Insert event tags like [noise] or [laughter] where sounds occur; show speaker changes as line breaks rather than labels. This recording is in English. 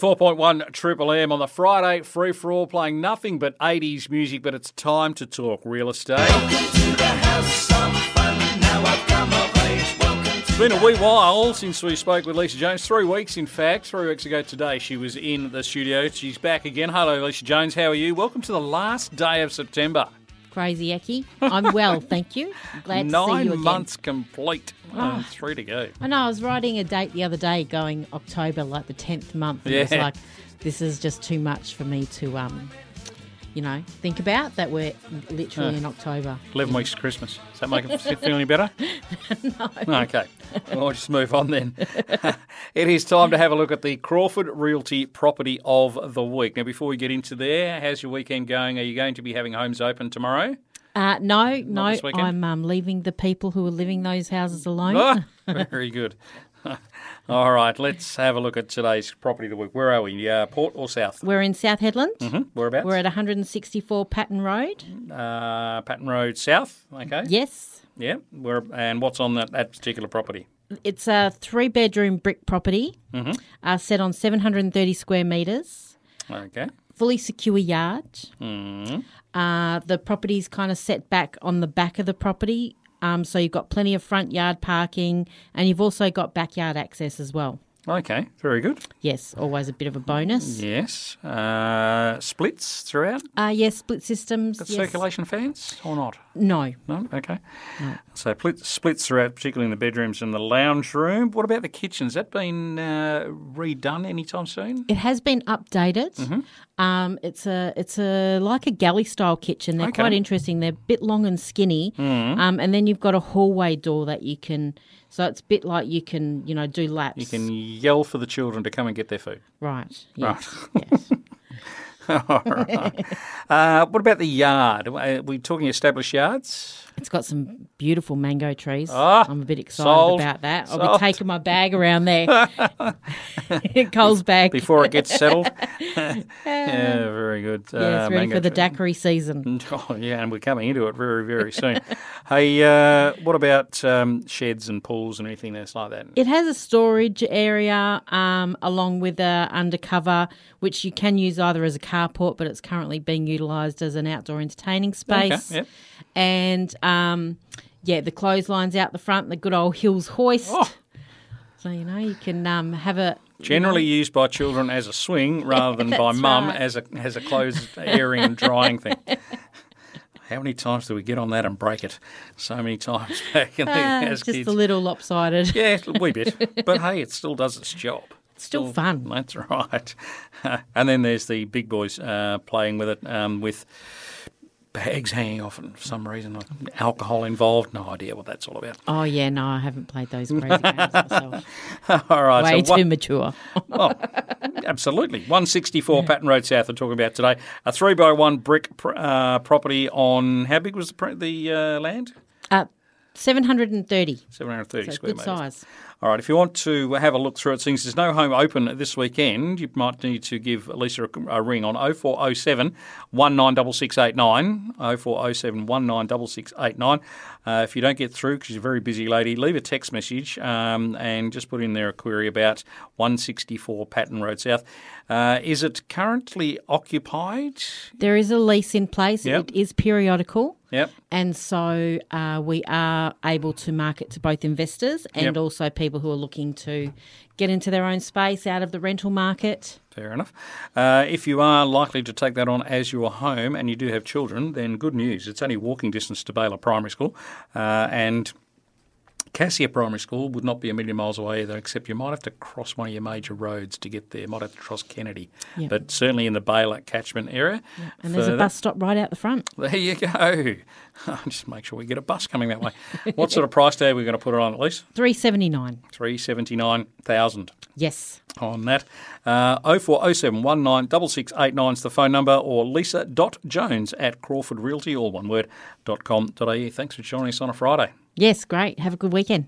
94.1 Triple M on the Friday free for all, playing nothing but 80s music, but it's time to talk real estate. It's been a wee while since we spoke with Lisa Jones. Three weeks, in fact. Three weeks ago today, she was in the studio. She's back again. Hello, Lisa Jones. How are you? Welcome to the last day of September.
Crazy Eki. I'm
[laughs]
well, thank you. Glad to see
Nine
you again. Ah.
months complete. and three to go.
I know I was writing a date the other day going October, like the tenth month. And It was
Yeah.
like this is just too much for me to um you know, think about that we're literally in October.
11 weeks to Christmas. Does that make it feel any better? no. Okay. Well, we'll just move on then. [laughs] it is time to have a look at the Crawford Realty Property of the Week. Now, before we get into there, how's your weekend going? Are you going to be having homes open tomorrow?
Uh, no, no,
this weekend?
I'm um, leaving the people who are living those houses alone.
Ah, very good. [laughs] All right, let's have a look at today's Property of the Week. Where are we? Uh, port or south? Mm-hmm.
We're in South Headland.
Hmm. Whereabouts?
We're at 164 Patton Road.
uh, Patton Road South. Okay.
Yes.
Yeah. Where, and what's on that, that particular property?
It's a three bedroom brick property
Mm-hmm.
uh, set on 730 square metres.
Okay.
fully secure yard.
Mm.
Uh, the property's kind of set back on the back of the property, um, so you've got plenty of front yard parking, and you've also got backyard access as well.
Okay. Very good.
Yes, always a bit of a bonus.
Yes. Uh, splits throughout?
Uh, yes, split systems. yes.
Circulation fans or not?
No.
No? Okay.
Mm.
So split, splits throughout, particularly in the bedrooms and the lounge room. What about the kitchen? Has that been uh, redone anytime soon?
It has been updated.
Mm-hmm.
Um, it's a it's a like a galley style kitchen. They're
Okay. Mm.
quite interesting. They're a bit long and skinny, um, and then you've got a hallway door that you can. So it's a bit like you can you know do laps.
You can yell for the children to come and get their food. [laughs]
right. Yes. yes.
Uh, what about the yard? Are we talking established yards?
It's got some beautiful mango trees. I'm a bit excited
Ah, sold,
about that. I'll
sold.
be taking my bag
[laughs]
around there. [laughs] Cole's bag.
Before it gets
[laughs]
settled? [laughs] yeah, very good. Uh,
yeah, it's ready
mango
for the
tree.
daiquiri season.
[laughs] Oh, yeah, and we're coming into it very, very soon. hey, uh, what about um, sheds and pools and anything else like that?
It has a storage area um, along with a undercover, which you can use either as a carport, but it's currently being utilised as an outdoor entertaining space.
yep.
And um, yeah, the clotheslines out the front, the good old Hills hoist.
Oh.
So you know you can um, have a
Generally used by children as a swing rather
[laughs]
than by
That's
mum
right.
as a as a closed airing and drying
[laughs]
thing. How many times do we get on that and break it? So many times back in the,
Ah,
[laughs] as
just
kids.
a little lopsided.
yeah, a wee bit. But hey, it still does its job.
It's still fun.
That's right. [laughs] and then there's the big boys uh, playing with it um, with bags hanging off it for some reason, like alcohol involved. No idea what that's all about. [laughs]
Oh yeah, no, I haven't played those crazy games myself.
All right.
Way
so what-
too mature.
Absolutely. 164 Patton Road South, we're talking about today. A three by one brick pr- uh, property on how big was the, pr- the uh, land?
Uh, Seven hundred and thirty.
730
So
square
good
metres.
size.
All right, if you want to have a look through it, since there's no home open this weekend, you might need to give Lisa a, a ring on 0407 196689. 0407 196689. Uh, if you don't get through because you're a very busy lady, leave a text message um, and just put in there a query about 164 Patton Road South. Uh, is it currently occupied?
There is a lease in place.
Yep.
It is periodical.
Yep.
And so uh, we are able to market to both investors and
Yep.
also people who are looking to get into their own space out of the rental market.
Fair enough. Uh, if you are likely to take that on as your home and you do have children, then good news. It's only walking distance to Baylor Primary School uh, and Cassia Primary School would not be a million miles away either, except you might have to cross one of your major roads to get there. might have to cross Kennedy,
Yeah.
but certainly in the Baylor catchment area.
And there's a
Further-
bus stop right out the front.
There you go. [laughs] Just make sure we get a bus coming that way. what sort of price tag are we going to put it on at least?
Three seventy nine.
Three seventy nine thousand
Yes.
on that. Uh, 0407196689 is the phone number or lisa.jones at crawfordrealty, all one word, dot com.au. Thanks for joining us on a Friday.
Yes, great. Have a good weekend.